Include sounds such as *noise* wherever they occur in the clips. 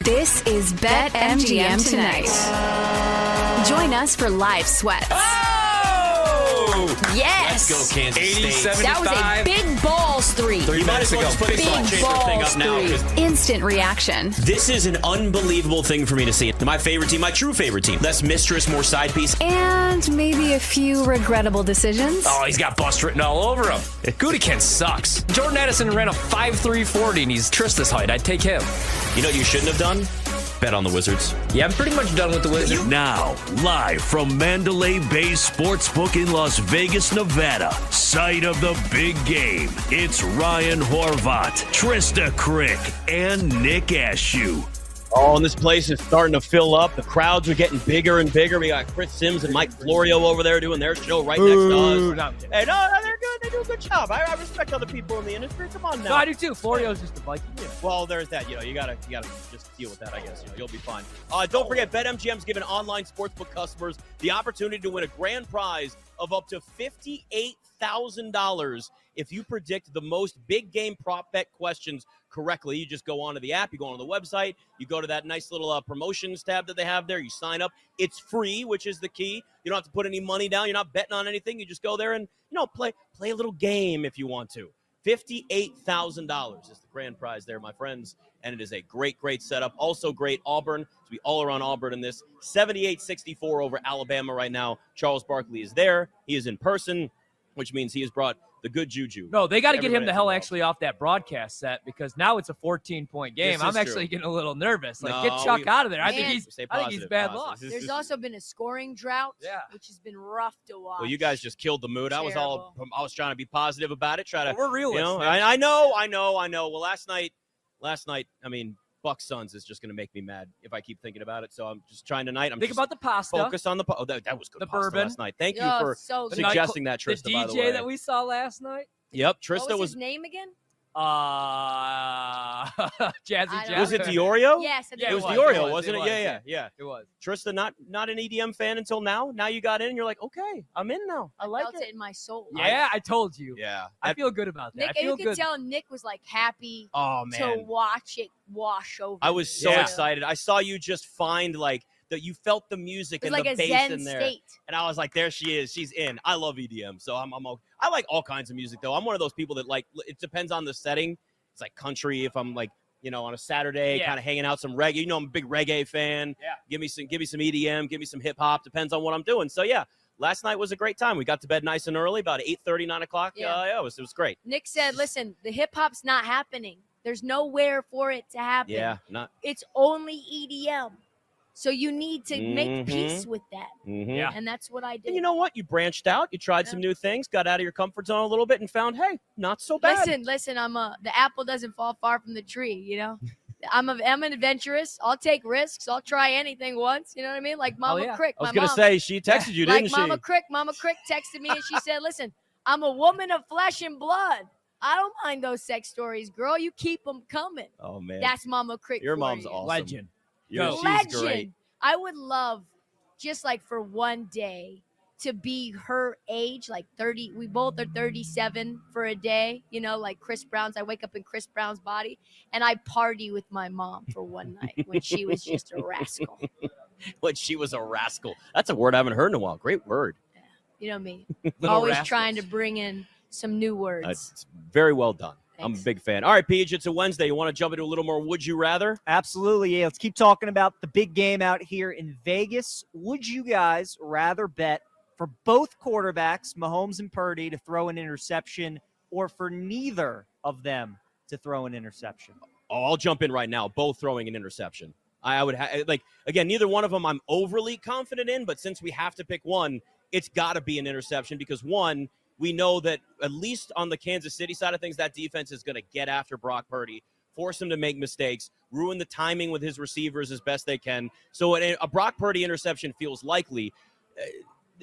This is BetMGM Tonight. Join us for live sweats. Oh! Yes! Let's go, Kansas 87 State. That was 75. a big balls three. You might as minutes well just put ago. this Big on chaser thing up now. 'cause Instant reaction. This is an unbelievable thing for me to see. My favorite team, my true favorite team. Less mistress, more side piece. And maybe a few regrettable decisions. Oh, he's got bust written all over him. Gudikin sucks. Jordan Addison ran a 5'340 and he's Trista's height. I'd take him. You know what you shouldn't have done? Bet on the Wizards. Yeah, I'm pretty much done with the Wizards. Now, live from Mandalay Bay Sportsbook in Las Vegas, Nevada, site of the big game, it's Ryan Horvat, Trista Crick, and Nick Ashew. Oh, and this place is starting to fill up. The crowds are getting bigger and bigger. We got Chris Sims and Mike Florio over there doing their show right next to us. Hey, no, no, uh, they're good. They do a good job. I, I respect other people in the industry. Come on now. No, I do too. Florio's just a Viking. Well, there's that. You know, you gotta you gotta just deal with that. I guess you know, you'll be fine. Uh, don't forget, BetMGM's giving online sportsbook customers the opportunity to win a grand prize of up to fifty-eight thousand dollars if you predict the most big game prop bet questions correctly. You just go onto the app, you go onto the website, you go to that nice little uh, promotions tab that they have there. You sign up. It's free, which is the key. You don't have to put any money down. You're not betting on anything. You just go there and you know play play a little game if you want to. $58,000 is the grand prize there, my friends. And it is a great, great setup. Also great Auburn. So we all are on Auburn in this. 78-64 over Alabama right now. Charles Barkley is there. He is in person, which means he has brought the good juju. No, they got to get him Everybody the hell else. actually off that broadcast set because now it's a 14 point game. This I'm is actually true. getting a little nervous. Like, No, get Chuck we- out of there. I think Man. he's, Stay I think he's positive, bad positive. luck. This is- There's this- also been a scoring drought, Yeah. which has been rough to watch. Well, you guys just killed the mood. I was all I was trying to be positive about it. Try to But we're realists. you know, man. I, I know, I know, I know. Well, last night, last night, I mean, Bucks Suns is just going to make me mad if I keep thinking about it. So I'm just trying tonight. I'm think just about the pasta, focus on the. Po- oh, that, that was good. The pasta bourbon. last night. Thank Oh, you for so The good. night- suggesting that, the Trista. by the way, DJ that oh, we saw last night. yep, What Trista was was. his name again? Uh, *laughs* Jazzy I Jazz. don't Was it name? the Oreo? Yes, I think Yeah, Oh, it was, was, the it Oreo, was, wasn't it it? was, yeah, yeah, yeah. yeah. It was. Trista, not not an EDM fan until now. Now you got in. You're like, okay, I'm in now. I like felt it. it in my soul. Yeah, I told you. Yeah. I That- feel good about that. Nick, I you feel could good. tell Nick was like happy oh man. to watch it wash over. I was so Yeah. excited. I saw you just find like that. You felt the music It was and like the a bass Zen in there. state. And I was like, there she is. She's in. I love EDM. So I'm, I'm o- I like all kinds of music though. I'm one of those people that like it depends on the setting. It's like country if I'm like, you know, on a Saturday, Yeah. kind of hanging out some reggae. You know, I'm a big reggae fan. Yeah. Give me some give me some EDM, give me some hip hop. Depends on what I'm doing. So yeah, last night was a great time. We got to bed nice and early, about 8 9 o'clock. Yeah. Uh, yeah, it was it was great. Nick said, "Listen, the hip hop's not happening. There's nowhere for it to happen. Yeah. Not It's only EDM. So you need to make Mhm. peace with that, mhm. Yeah. and that's what I did. And you know what? You branched out, you tried some new things, got out of your comfort zone a little bit, and found, hey, not so bad. Listen, listen. I'm a the apple doesn't fall far from the tree. You *laughs* know, I'm a I'm an adventurous. I'll take risks. I'll try anything once. You know what I mean? Like Mama yeah. Crick, Oh, I was my gonna mom. say she texted you, like didn't Mama she? Crick, Mama Crick texted me and she said, "Listen, I'm a woman of flesh and blood. I don't mind those sex stories, girl. You keep them coming. oh man, That's Mama Crick. Your for mom's you. awesome. Legend. Your- Go. she's Oh, Legend. great. *laughs* I would love just like for one day." To be her age, like 30, we both are 37 for a day, you know, like Chris Brown's. I wake up in Chris Brown's body and I party with my mom for one night when she *laughs* was just a rascal. But she was a rascal. That's a word I haven't heard in a while. Great word. *laughs* You know me, Little always rascals. trying to bring in some new words. That's very well done. I'm a Thanks. big fan. All right, Peach, it's a Wednesday. You want to jump into a little more? Would you rather? Absolutely. Yeah, let's keep talking about the big game out here in Vegas. Would you guys rather bet for both quarterbacks, Mahomes and Purdy, to throw an interception or for neither of them to throw an interception? Oh, I'll jump in right now. Both throwing an interception. I, I would ha- like again. Neither one of them I'm overly confident in, but since we have to pick one, it's got to be an interception because one, we know that at least on the Kansas City side of things, that defense is going to get after Brock Purdy, force him to make mistakes, ruin the timing with his receivers as best they can. So a, a Brock Purdy interception feels likely. Uh,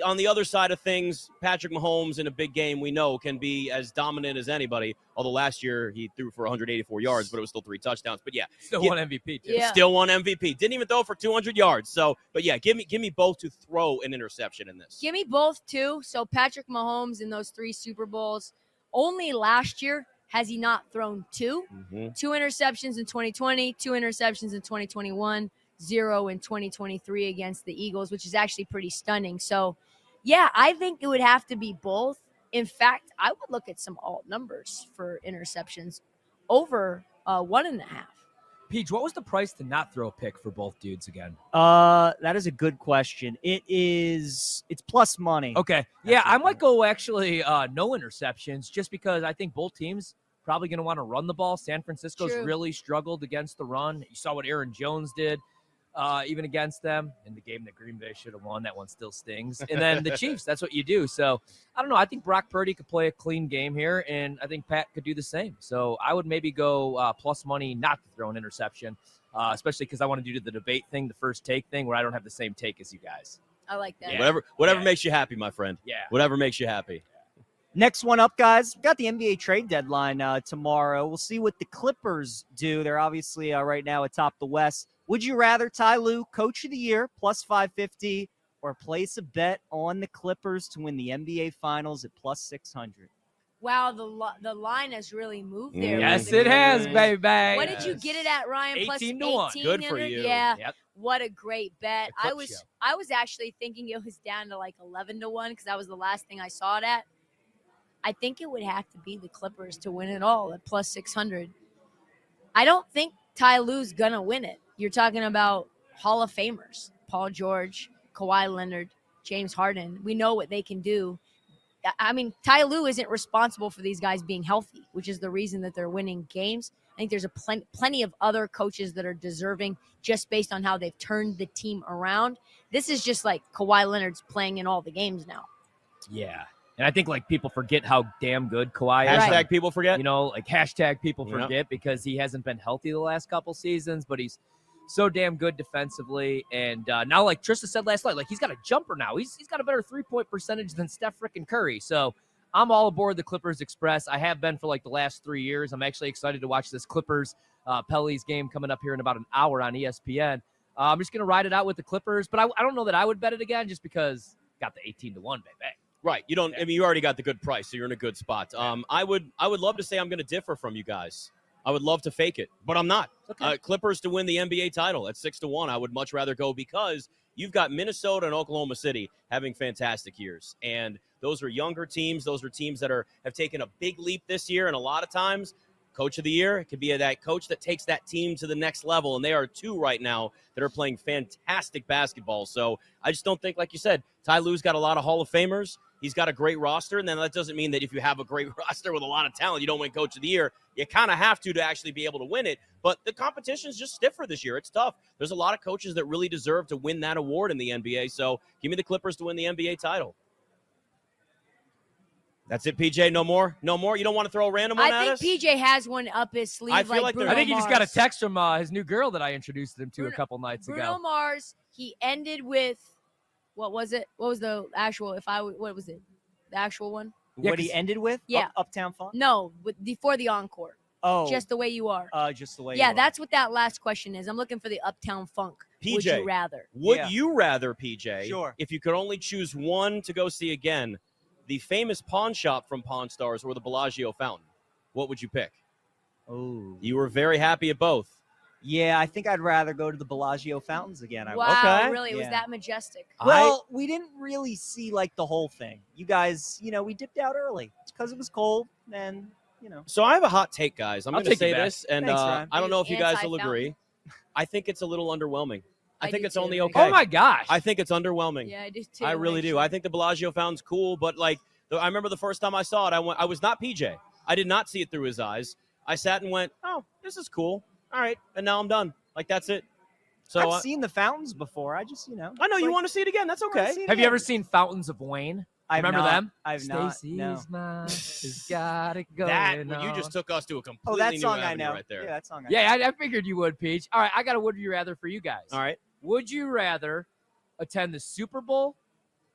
On the other side of things, Patrick Mahomes in a big game we know can be as dominant as anybody. Although last year he threw for 184 yards, but it was still three touchdowns. But yeah, Still Yeah. won MVP. Too. Yeah. still won MVP. Didn't even throw for 200 yards. So, but yeah, give me give me both to throw an interception in this. Give me both too. So Patrick Mahomes in those three Super Bowls, only last year Has he not thrown 2 Mhm. Two interceptions in 2020, two interceptions in 2021, zero in 2023 against the Eagles, which is actually pretty stunning. So, yeah, I think it would have to be both. In fact, I would look at some alt numbers for interceptions over uh, one and a half. Peach, what was the price to not throw a pick for both dudes again? Uh, that is a good question. It is. It's plus money. Okay. Yeah, That's I it. might go actually uh, no interceptions just because I think both teams probably going to want to run the ball. San Francisco's True. really struggled against the run. You saw what Aaron Jones did. Uh, even against them in the game that Green Bay should have won, that one still stings. And then the Chiefs, that's what you do. So I don't know. I think Brock Purdy could play a clean game here, and I think Pat could do the same. So I would maybe go uh, plus money not to throw an interception, uh, especially because I want to do the debate thing, the first take thing, where I don't have the same take as you guys. I like that. Yeah. Whatever whatever Yeah. makes you happy, my friend. Yeah. Whatever makes you happy. Next one up, guys. We've got the NBA trade deadline uh, tomorrow. We'll see what the Clippers do. They're obviously uh, right now atop the West. Would you rather Ty Lue, Coach of the Year, plus 550, or place a bet on the Clippers to win the NBA Finals at plus 600? Wow, the lo- the line has really moved there. Yes, lately. it has, baby. baby. What did you get it at, Ryan? Plus 18 to one. 18 Good for hundred? you. Yeah, Yep. what a great bet. The I clip was show. I was actually thinking it was down to like eleven to one because that was the last thing I saw it at. I think it would have to be the Clippers to win it all at plus six hundred. I don't think Ty Lue's gonna win it. You're talking about Hall of Famers, Paul George, Kawhi Leonard, James Harden. We know what they can do. I- I mean, Ty Lue isn't responsible for these guys being healthy, which is the reason that they're winning games. I think there's a plen- plenty of other coaches that are deserving just based on how they've turned the team around. This is just like Kawhi Leonard's playing in all the games now. Yeah. And I think like people forget how damn good Kawhi is. Hashtag Like, people *laughs* forget. You know, like hashtag people Yeah. forget because he hasn't been healthy the last couple seasons, but he's so damn good defensively. And uh, now, like Trista said last night, like he's got a jumper now. He's he's got a better three point percentage than Steph frickin' Curry. So I'm all aboard the Clippers Express. I have been for like the last three years. I'm actually excited to watch this Clippers uh, Pelly's game coming up here in about an hour on E ESPN. Uh, I'm just gonna ride it out with the Clippers, but I, I don't know that I would bet it again just because got the 18 to one, baby. Right. You don't. I mean, you already got the good price, so you're in a good spot. Um, I would. I would love to say I'm going to differ from you guys. I would love to fake it, but I'm not. Okay. Uh, Clippers to win the NBA title at six to one. I would much rather go because you've got Minnesota and Oklahoma City having fantastic years, and those are younger teams. Those are teams that are have taken a big leap this year, and a lot of times. Coach of the year it could be that coach that takes that team to the next level, and they are two right now that are playing fantastic basketball. So I just don't think, like you said, Ty Lue's got a lot of Hall of Famers. He's got a great roster, and then that doesn't mean that if you have a great *laughs* roster with a lot of talent, you don't win Coach of the Year. You kind of have to to actually be able to win it. But the competition's just stiffer this year. It's tough. There's a lot of coaches that really deserve to win that award in the NBA. So give me the Clippers to win the NBA title. That's it, PJ. No more. No more. You don't want to throw a random one at I us? think PJ has one up his sleeve. I feel like like there- Bruno I think he just got a Mars. text from uh, his new girl that I introduced him to a Bruno- couple nights Bruno ago. Mars. He ended with what was it? What was the actual? If I w- what was it? The actual one? Yeah, what he 'cause- ended with? Up- Yeah. Uptown Funk? No, with, before the encore. Oh, Just the way you are. uh, just the way. yeah, you are. that's what that last question is. I'm looking for the Uptown Funk. Would PJ. you rather? Would Yeah. you rather, PJ, Sure. if you could only choose one to go see again, the famous pawn shop from Pawn Stars or the Bellagio fountain? What would you pick? Oh. You were very happy at both. Yeah, I think I'd rather go to the Bellagio fountains again. I would. Wow, Okay. really? It Was Yeah. that majestic? Well, we didn't really see like the whole thing. You guys, you know, we dipped out early because it was cold and you know. So I have a hot take, guys. I'm I'll going to take you say back. this, and Thanks, uh, Ryan. I don't know if you guys will Anti-fountain. agree. I think it's a little underwhelming. I, I think do it's too, only I agree. okay. Oh my gosh! I think it's underwhelming. Yeah, I do too. I really do. I think the Bellagio fountain's cool, but like the, I remember the first time I saw it, I went. I was not PJ. I did not see it through his eyes. I sat and went, "Oh, this is cool. All right," and now I'm done. Like that's it. So I've I, seen the fountains before. I just, you know. I know you like, want to see it again. That's I wanna okay. see it Have you again. ever seen Fountains of Wayne? I've Remember not- them? I've not. Stacy's No. mine *laughs* has got it going That well, you on. just took us to a completely Oh, that new song I avenue know. right there. Yeah, that song. I yeah, I, I figured you would, Peach. All right, I got a would you rather for you guys. All right. Would you rather attend the Super Bowl,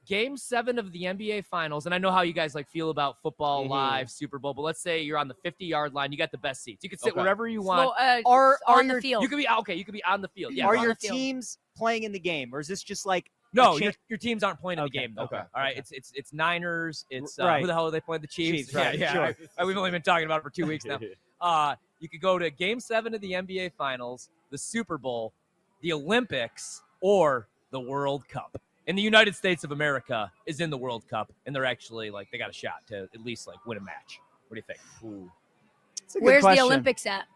Game Seven of the NBA Finals? And I know how you guys like feel about football Mhm. live Super Bowl, but let's say you're on the 50 yard line, you got the best seats. You can sit Okay. wherever you want. uh, Or on are the your- field. ah, You could be okay. You could be on the field. Yeah. Are on your the field. teams playing in the game, or is this just like No, The your, Chiefs- your teams aren't playing in Okay, the game. Though. okay, All right. okay. It's it's it's Niners. It's uh, Right. who the hell are they playing? The Chiefs. Chiefs, right, Yeah. yeah. sure. *laughs* all right, *laughs* We've only been talking about it for two weeks *laughs* now. Uh, you could go to Game Seven of the NBA Finals, the Super Bowl, the Olympics, or the World Cup. And the United States of America is in the World Cup, and they're actually like they got a shot to at least like win a match. What do you think? It's a good Where's question. the Olympics at?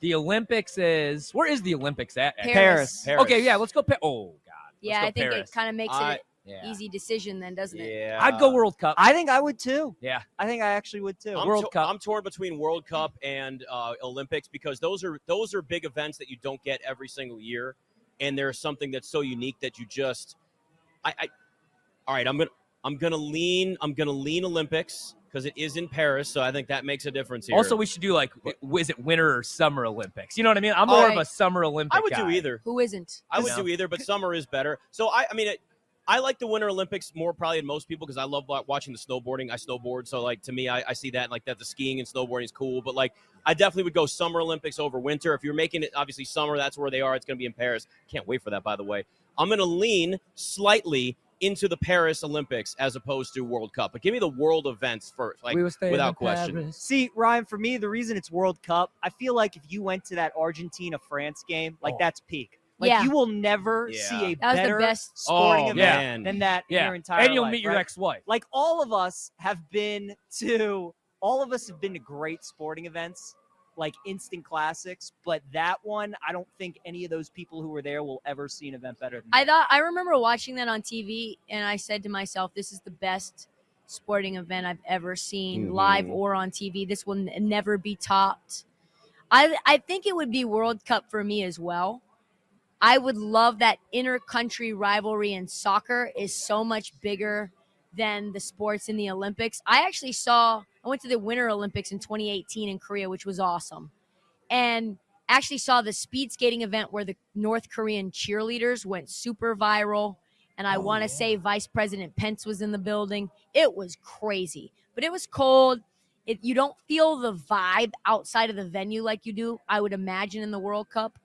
The Olympics is where is the Olympics at? actually? Paris. Paris. Okay, yeah, let's go. Pa- oh God, let's Yeah, go I think Paris. Ah, it kind of makes I- it yeah. an easy decision then, doesn't it? *laughs* Yeah. I'd Uh, go World Cup. I think I would too. Yeah. I think I actually would too. I'm World to- Cup. I'm torn between World Cup and uh, Olympics because those are those are big events that you don't get every single year, and there's something that's so unique that you just, I, I all right, I'm gonna I'm gonna lean I'm gonna lean Olympics because it is in Paris, so I think that makes a difference here. Also, we should do like, w- is it winter or summer Olympics? You know what I mean? I'm more of a Alright. summer Olympic. I would do guy. either. Who isn't? I would You know? do either, but summer is better. So I, I mean, it, I like the Winter Olympics more probably than most people because I love wa- watching the snowboarding. I snowboard, so like to me, I, I see that and like that the skiing and snowboarding is cool. But like, I definitely would go Summer Olympics over winter. If you're making it obviously summer, that's where they are. It's going to be in Paris. Can't wait for that, by the way. I'm going to lean slightly into the Paris Olympics as opposed to World Cup, but give me the world events first, like we were staying without in question. Paris. See, Ryan, for me, the reason it's World Cup, I feel like if you went to that Argentina France game, like Oh. that's peak. Like Yeah. you will never see a That was the better best- sporting Oh, event man. than that in Yeah. your entire And you'll life, meet your right? ex-wife. Like all of us have been to all of us have been to great sporting events, like instant classics, but that one, I don't think any of those people who were there will ever see an event better than Hmm. I that. thought I remember watching that on TV, and I said to myself, "This is the best sporting event I've ever seen, live or on TV. This will n- never be topped." I I think it would be World Cup for me as well. I would love that inter-country rivalry in soccer is so much bigger than the sports in the Olympics. I actually saw I went to the Winter Olympics in 2018 in Korea, which was awesome, and actually saw the speed skating event where the North Korean cheerleaders went super viral. And Oh, I want to say Vice President Pence was in the building. It was crazy, but it was cold. It, you don't feel the vibe outside of the venue like you do, I would imagine, in the World Cup.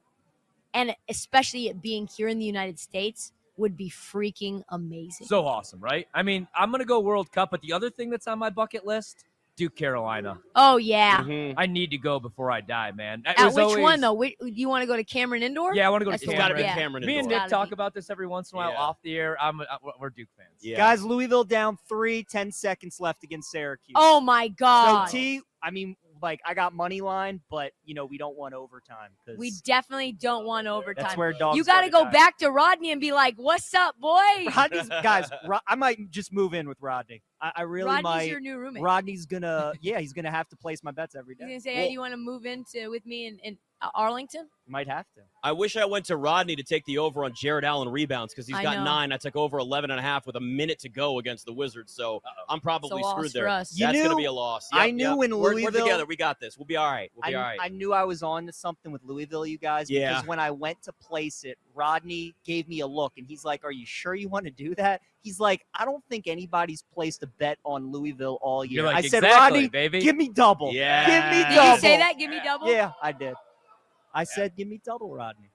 And especially it being here in the United States would be freaking amazing. So awesome, right? I mean, I'm gonna go World Cup, but the other thing that's on my bucket list, Duke Carolina. oh, yeah. Mhm. I need to go before I die, man. It At was which one, always- though? Wh- do you want to go to Cameron Indoor? Yeah, I want to go That's to the It's one, got to Cameron. be yeah. Cameron. Me and Indoor. Gotta Nick talk be. about this every once in a while Yeah. off the air. I'm I- we're Duke fans. Yeah. Guys, Louisville down three, 10 seconds left against Syracuse. Oh, my So God. T, I mean, like I got money line, but you know we don't want overtime because we definitely don't want overtime. that's where dogs. you got to to go die. back to Rodney and be like, "What's up, boy?" Rodney's *laughs* guys. Ro- I might just move in with Rodney. I, I really Rodney's might. your new roommate. Rodney's gonna. Yeah, he's gonna have to place my bets every He's day. gonna say, Well- "Hey, do you want to move into with me in, in uh, Arlington?" Might have to. I wish I went to Rodney to take the over on Jared Allen rebounds because he's I got know. nine. I took over 11 and a half with a minute to go against the Wizards, so I'm It's a probably loss screwed for there. us. You That's going knew- to be a loss. I knew when we're, we're Louisville- together. We got this. We'll be all right. We'll I, be all right. I knew I was on to something with Louisville, you guys. Yeah. Because when I went to place it, Rodney gave me a look and he's like, Are you sure you want to do that? He's like, I don't think anybody's placed a bet on Louisville all year. You're like, I said, exactly, Rodney, baby. give me double. Uh, Yeah. Give me Did double. you say that? Give me double. Yeah, I did. I said, Give me double, Rodney.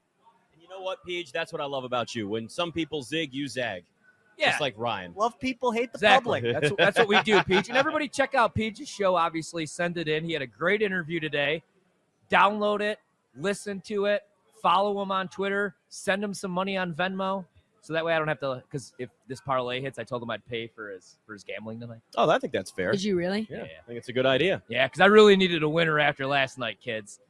and you know what, Peach? That's what I love about you. When some people zig, you zag. yeah. Just like Ryan. Love people, hate the Exactly. public. That's, that's what we do, Peach. And everybody check out Peach's show, obviously. Send it in. He had a great interview today. Download it, listen to it, follow him on Twitter, send him some money on Venmo. So that way I don't have to, because if this parlay hits, I told him I'd pay for his for his gambling tonight. Oh, I think that's fair. Did you really? yeah, I think it's a good idea. Yeah, because I really needed a winner after last night, kids.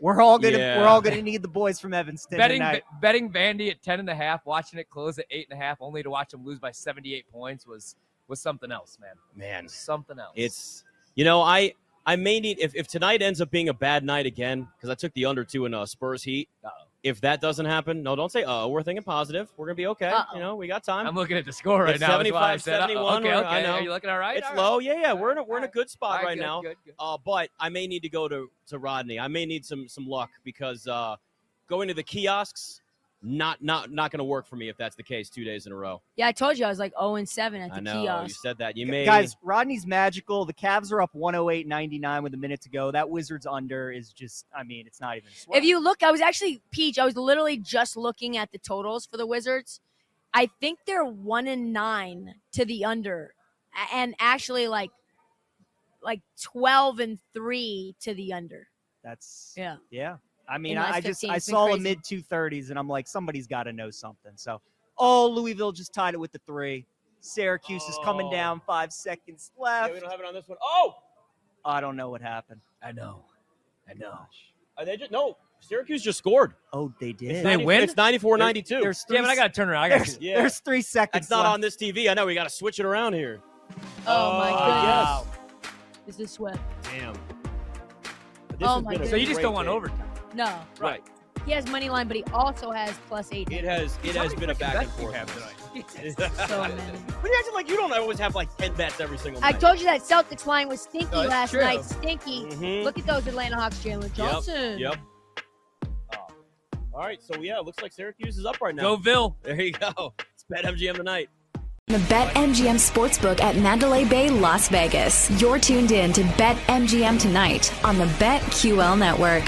We're all gonna Yeah. we're all gonna need the boys from Evanston Betting tonight. betting Vandy at ten and a half, watching it close at eight and a half, only to watch him lose by seventy eight points was was something else, man. Man, Something else. It's you know I I may need if, if tonight ends up being a bad night again because I took the under two in uh, Spurs Heat. Uh-oh. If that doesn't happen, no, don't say oh. We're thinking positive. We're gonna be okay. Uh-oh. You know, we got time. I'm looking at the score right It's now. That's why I said, uh, 75, okay, 71, okay. I know. Are you looking all right? it's All right. low. Yeah, yeah. We're in a, we're in a Alright. good spot All right, good, now. good, good. Uh, but I may need to go to to Rodney. I may need some some luck because uh, going to the kiosks not not not gonna work for me if that's the case. Two days in a row. Yeah, I told you I was like 0 and 7 at the I know you kiosk. said that. You may Guys, Rodney's magical. The Cavs are up 108.99 with a minute to go. That Wizards under is just, I mean, it's not even. a sweat. If you look, I was actually peach. I was literally just looking at the totals for the Wizards, I think they're one and nine to the under, a- and actually like like twelve and three to the under. That's Yeah. yeah. I mean, In the I, last I just 15, I it's been saw a crazy. mid two thirties, and I'm like, somebody's got to know something. So, oh, Louisville just tied it with the three. Syracuse is coming Oh. down. Five seconds Yeah, left. we don't have it on this one. Oh, I don't know what happened. I know. I know. are they just no. Syracuse just scored. Oh, they did. They 90 win? It's *laughs* 94-92. There's three. Damn it, I got to turn around. I got there's, to. *laughs* Yeah. there's three seconds. That's not left. on this TV. I know we got to switch it around here. Oh, my Uh, goodness! Wow. This is sweat. Damn. This Oh has my been a goodness. So you just great don't want day. overtime. No, Right. he has money line, but he also has plus eight. It has it How has many been a freaking back and bets do you forth. have tonight. tonight? *laughs* So many. But you acting like you don't always have like ten bets every single I night. told you that Celtics line was stinky No, it's last true. night. Stinky. Mhm. Look at those Atlanta Hawks, Jalen Johnson. Yep. Oh. All right, so yeah, it looks like Syracuse is up right now. Go Ville. There you go. It's bet MGM tonight. The BetMGM Sportsbook at Mandalay Bay, Las Vegas. You're tuned in to BetMGM tonight on the BetQL network.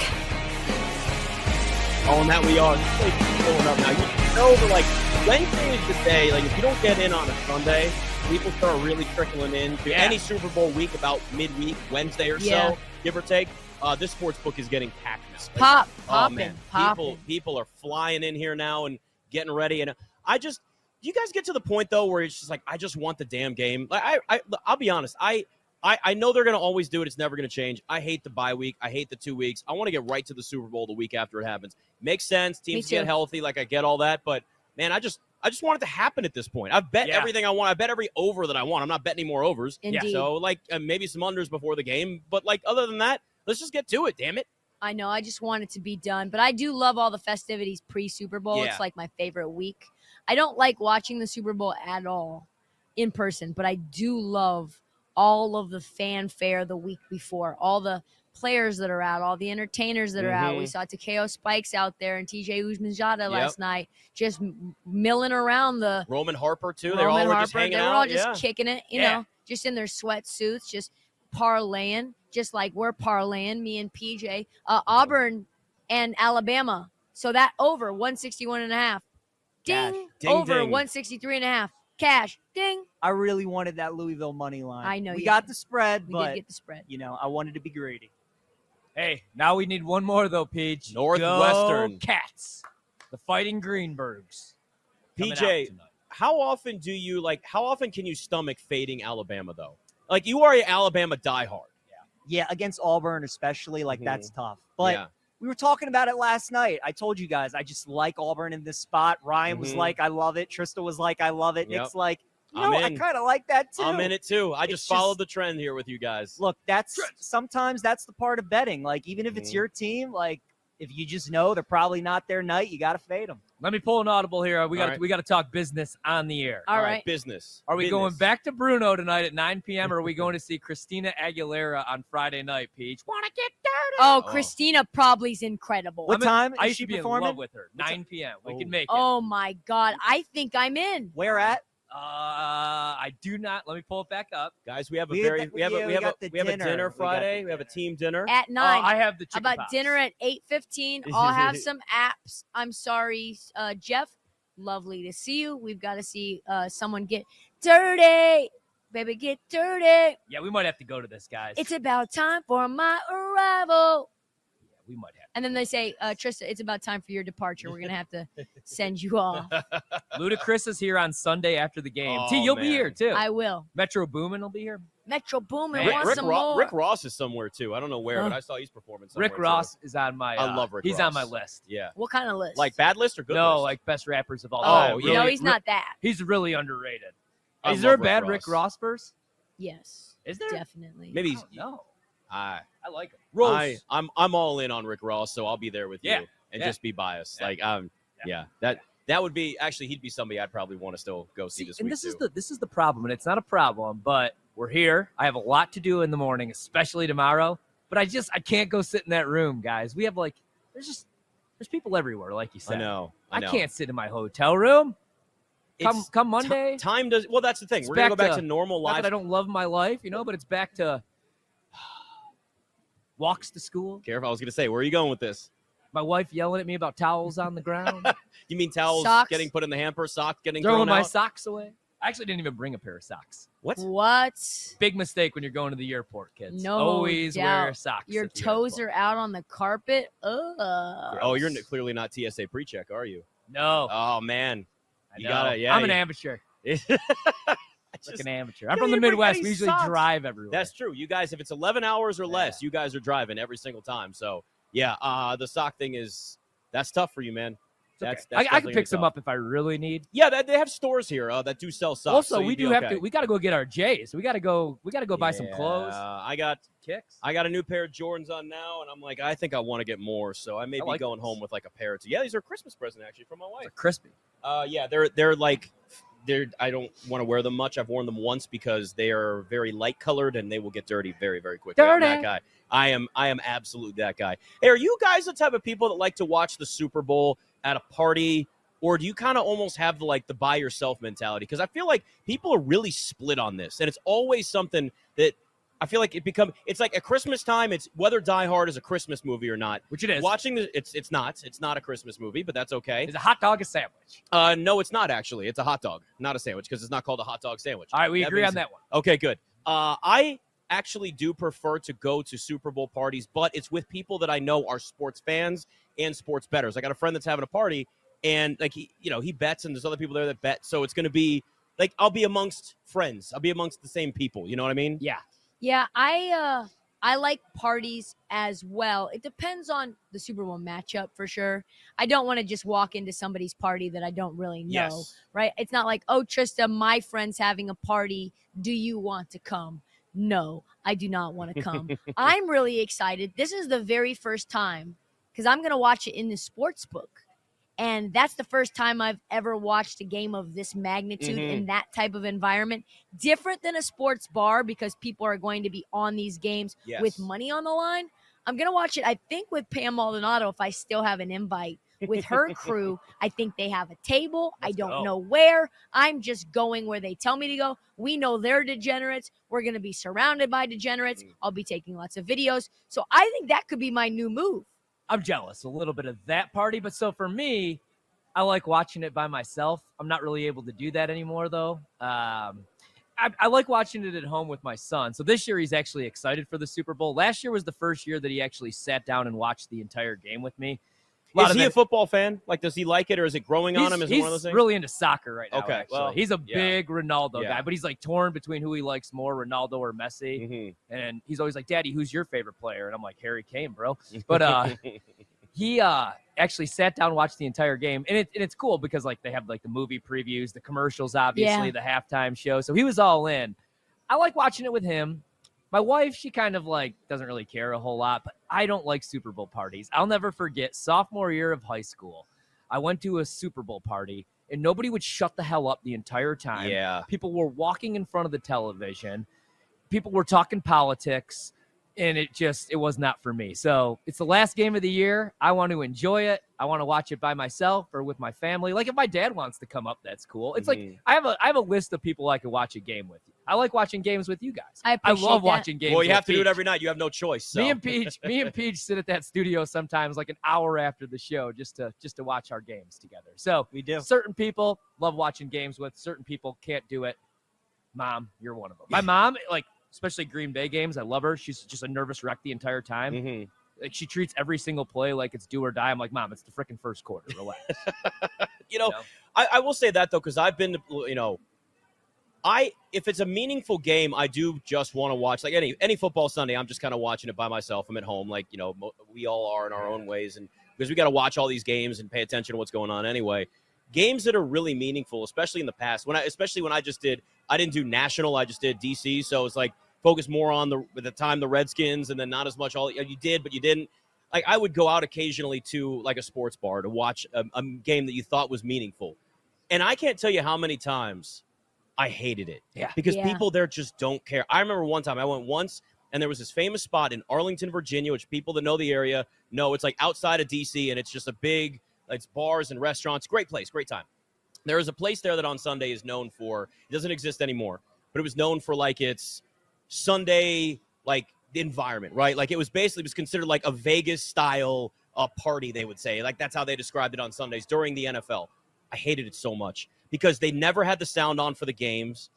Oh, and that we are Just, like, pulling up now. You know, but like Wednesday is the day. Like if you don't get in on a Sunday, people start really trickling in to Yeah. any Super Bowl week about midweek Wednesday or Yeah. so, give or take. Uh, this sports book is getting packed now. Like, Pop, oh popping, man, people popping. people are flying in here now and getting ready. And I just, do you guys get to the point though where it's just like I just want the damn game. Like I, I I'll be honest, I. I, I know they're going to always do it. It's never going to change. I hate the bye week. I hate the two weeks. I want to get right to the Super Bowl the week after it happens. Makes sense. Teams too. get healthy. Like I get all that, but man, I just I just want it to happen at this point. I've bet Yeah. everything I want. I bet every over that I want. I'm not betting any more overs. Indeed. So like uh, maybe some unders before the game, but like other than that, let's just get to it. Damn it. I know. I just want it to be done, but I do love all the festivities pre Super Bowl. Yeah. It's like my favorite week. I don't like watching the Super Bowl at all in person, but I do love all of the fanfare the week before, all the players that are out, all the entertainers that are out. Mm-hmm. We saw Takeo Spikes out there and TJ Uzmanjada last night, just m- milling around the Roman Harper too. they all Roman were Harper. just hanging they were out. all just yeah. kicking it, you Yeah. know, just in their sweatsuits, just parlaying, just like we're parlaying, me and PJ. Uh, Auburn and Alabama. So that over 161 and a half. Ding. Cash. Ding, over ding. 163 and a half. Cash. Ding. I really wanted that Louisville money line. I know we you got did. the spread, We but did get the spread. you know, I wanted to be greedy. Hey, now we need one more though, Peach. Northwestern. Go Cats. The Fighting Greenbergs. coming out PJ, tonight. how often do you like? How often can you stomach fading Alabama though? Like you are an Alabama diehard. Yeah, against Auburn especially, like Mhm. that's tough. But yeah. we were talking about it last night. I told you guys, I just like Auburn in this spot. Ryan was Mhm. like, I love it. Trista was like, I love it. Yep. Nick's like, I'm no, I in. kind of like that too. I'm in it too. I just It's followed just- the trend here with you guys. Look, that's sometimes that's the part of betting. Like, even if it's Mhm. your team, like if you just know they're probably not their night, you got to fade them. Let me pull an audible here. We All got to right. we got to talk business on the air. All right. business. Are we Business. going back to Bruno tonight at 9 p.m. or are we going to see Christina Aguilera on Friday night, Peach? Wanna get dirty? Oh, Oh. Christina probably's incredible. What I'm in- time I is used she to be in performing? love with her. What ti- 9 p.m. We Oh. can make it. Oh my God. I think I'm in. Where at? Uh, I do not. Let me pull it back up. guys? We have a We got very the- we have yeah, a we we have a got the we have a dinner. We dinner got the Friday. We have a dinner. team dinner. At Uh, Oh, nine. I have the How chicken about pox. dinner at *laughs* 8.15 i'll have some apps i'm sorry uh jeff lovely to see you we've got to see uh someone get dirty baby get dirty Yeah, we might have to go to this, guys. it's about time for my arrival yeah, we might have. and then they say uh trista it's about time for your departure we're gonna have *laughs* to send you off Ludacris is here on Sunday after the game. T, Oh, you'll be man. here too. i will Metro Boomin will be here. metro boomin Man, Rick, wants Rick some Ro- more Rick Ross is somewhere too. I don't know where, but Uh, I saw he's performing. Somewhere Rick too. Ross is on my. I uh, love Rick He's on my Ross. list. Yeah, what kind of list like bad list or good? no, list? like best rappers of all Oh, time. yeah. no Really- he's not that He's really underrated. I is there a love bad Rick Ross verse? yes Is there? definitely Maybe I he's. don't know. I, I like him. Rose. I, I'm I'm all in on Rick Ross, so I'll be there with Yeah. you and Yeah. just be biased. Yeah. Like um, Yeah. yeah. that that would be actually he'd be somebody I'd probably want to still go see, See, this and week this is too. the this is the problem, and it's not a problem, but we're here. I have a lot to do in the morning, especially tomorrow. But I just I can't go sit in that room, guys. We have like there's just there's people everywhere, like you said. I know. I, I know. can't sit in my hotel room. Come It's come ti- Monday. time does well. That's the thing. It's We're gonna go back back to- to, normal Not that lives. I don't love my life, you know, but it's back to *sighs* walks to school. Careful, I was gonna say, where are you going with this? *laughs* My wife yelling at me about towels on the ground. You mean towels Socks. getting put in the hamper, socks getting Throwing thrown my out? socks away. I actually didn't even bring a pair of socks. what? What? Big mistake when you're going to the airport, kids. No Always wear doubt. socks. Your at the toes airport. are out on the carpet. Ugh. Oh, you're n- clearly not TSA pre-check, are you? No. Oh man, I you know. gotta- yeah, I'm an you- *laughs* amateur. I just- Like an amateur. I'm You from the didn't bring Midwest. any We usually socks. drive everywhere. that's true. You guys, if it's 11 hours or less, you guys are driving every single time. So yeah, uh, the sock thing is that's tough for you, man. It's okay. That's, that's I, I definitely can gonna pick be some tough. up if I really need. Yeah, that, they have stores here uh, that do sell socks. also, so we you'd be do have okay. to. We got to go get our J's. We got to go. We got to go buy some Yeah, clothes. I got Kicks. I got a new pair of Jordans on now, and I'm like, I think I want to get more, so I may I be like going those. home with like a pair. Or two. Yeah, these are a Christmas present actually from my wife. They're crispy. Uh, yeah, they're they're like they're I don't want to wear them much. I've worn them once because they are very light colored and they will get dirty very very quickly. I'm that Dirty. guy. I am I am absolute that guy. Hey, are you guys the type of people that like to watch the Super Bowl at a party? Or do you kind of almost have the like the buy yourself mentality? Because I feel like people are really split on this, and it's always something that I feel like it become. It's like at Christmas time. It's whether Die Hard is a Christmas movie or not. Which it is. Watching the it's it's not it's not a Christmas movie, but that's okay. Is a hot dog a sandwich? Uh, no, it's not actually. It's a hot dog, not a sandwich, because it's not called a hot dog sandwich. All right, we That agree on means- that one. Okay, good. Uh, I actually do prefer to go to Super Bowl parties, but it's with people that I know are sports fans and sports betters. I got a friend that's having a party, and like he, you know, he bets, and there's other people there that bet, so it's going to be like I'll be amongst friends. I'll be amongst the same people. You know what I mean? Yeah. Yeah, I uh I like parties as well. It depends on the Super Bowl matchup for sure. I don't want to just walk into somebody's party that I don't really know, Yes. right? It's not like, "Oh, Trista, my friend's having a party. Do you want to come?" No, I do not want to come. I'm really excited. This is the very first time cuz I'm going to watch it in the sports book. And that's the first time I've ever watched a game of this magnitude in that type of environment different than a sports bar because people are going to be on these games Yes. with money on the line. I'm going to watch it, I think, with Pam Maldonado if I still have an invite. With her crew, *laughs* I think they have a table. I Let's don't go. know where. I'm just going where they tell me to go. We know they're degenerates. We're going to be surrounded by degenerates. Mm. I'll be taking lots of videos. So I think that could be my new move. I'm jealous a little bit of that party, but so for me, I like watching it by myself. I'm not really able to do that anymore, though. Um, I, I like watching it at home with my son. So this year, he's actually excited for the Super Bowl. Last year was the first year that he actually sat down and watched the entire game with me. A lot Is of he a that- football fan? Like, does he like it, or is it growing on he's- him? Is it one of he's those things? really into soccer right now. Okay, actually. well, he's a yeah. big Ronaldo Yeah. guy, but he's like torn between who he likes more, Ronaldo or Messi. Mhm. and he's always like, "Daddy, who's your favorite player?" And I'm like, "Harry Kane, bro." *laughs* But uh, he uh actually sat down, watched the entire game, and, it, and it's cool because like they have like the movie previews, the commercials, obviously the halftime show. So he was all in. I like watching it with him. My wife, she kind of like doesn't really care a whole lot, but I don't like Super Bowl parties. I'll never forget sophomore year of high school. I went to a Super Bowl party and nobody would shut the hell up the entire time. Yeah. People were walking in front of the television. People were talking politics, and it just it was not for me. So it's the last game of the year. I want to enjoy it. I want to watch it by myself or with my family. Like if my dad wants to come up, that's cool. It's like Mhm. I have a I have a list of people I can watch a game with. I like watching games with you guys. I I appreciate love that. watching games. Well, you with have to do it Peach. every night. You have no choice. *laughs* So. Me and Peach, me *laughs* and Peach sit at that studio sometimes, like an hour after the show, just to just to watch our games together. So We do. certain people love watching games with certain people can't do it mom you're one of them my mom like especially green bay games i love her she's just a nervous wreck the entire time Mhm. like she treats every single play like it's do or die i'm like mom it's the freaking first quarter relax you know, No. I, I will say that though, because I've been, to, you know, I if it's a meaningful game, I do just want to watch like any any football Sunday. I'm just kind of watching it by myself. I'm at home, like you know, mo- we all are in our own ways, and because we got to watch all these games and pay attention to what's going on anyway. Games that are really meaningful, especially in the past, when I especially when I just did, I didn't do national, I just did DC, so it's like focus more on the the time the Redskins, and then not as much all you did, but you didn't like I would go out occasionally to like a sports bar to watch a, a game that you thought was meaningful, and I can't tell you how many times I hated it. Yeah. because Yeah. people there just don't care. I remember one time I went once, and there was this famous spot in Arlington, Virginia, which people that know the area know. It's like outside of DC, and it's just a big it's bars and restaurants. Great place, great time. There is a place there that on Sunday is known for. It doesn't exist anymore, but it was known for like its Sunday like the environment, right? Like it was basically it was considered like a Vegas style a party, they would say. Like that's how they described it on Sundays during the NFL. I hated it so much because they never had the sound on for the games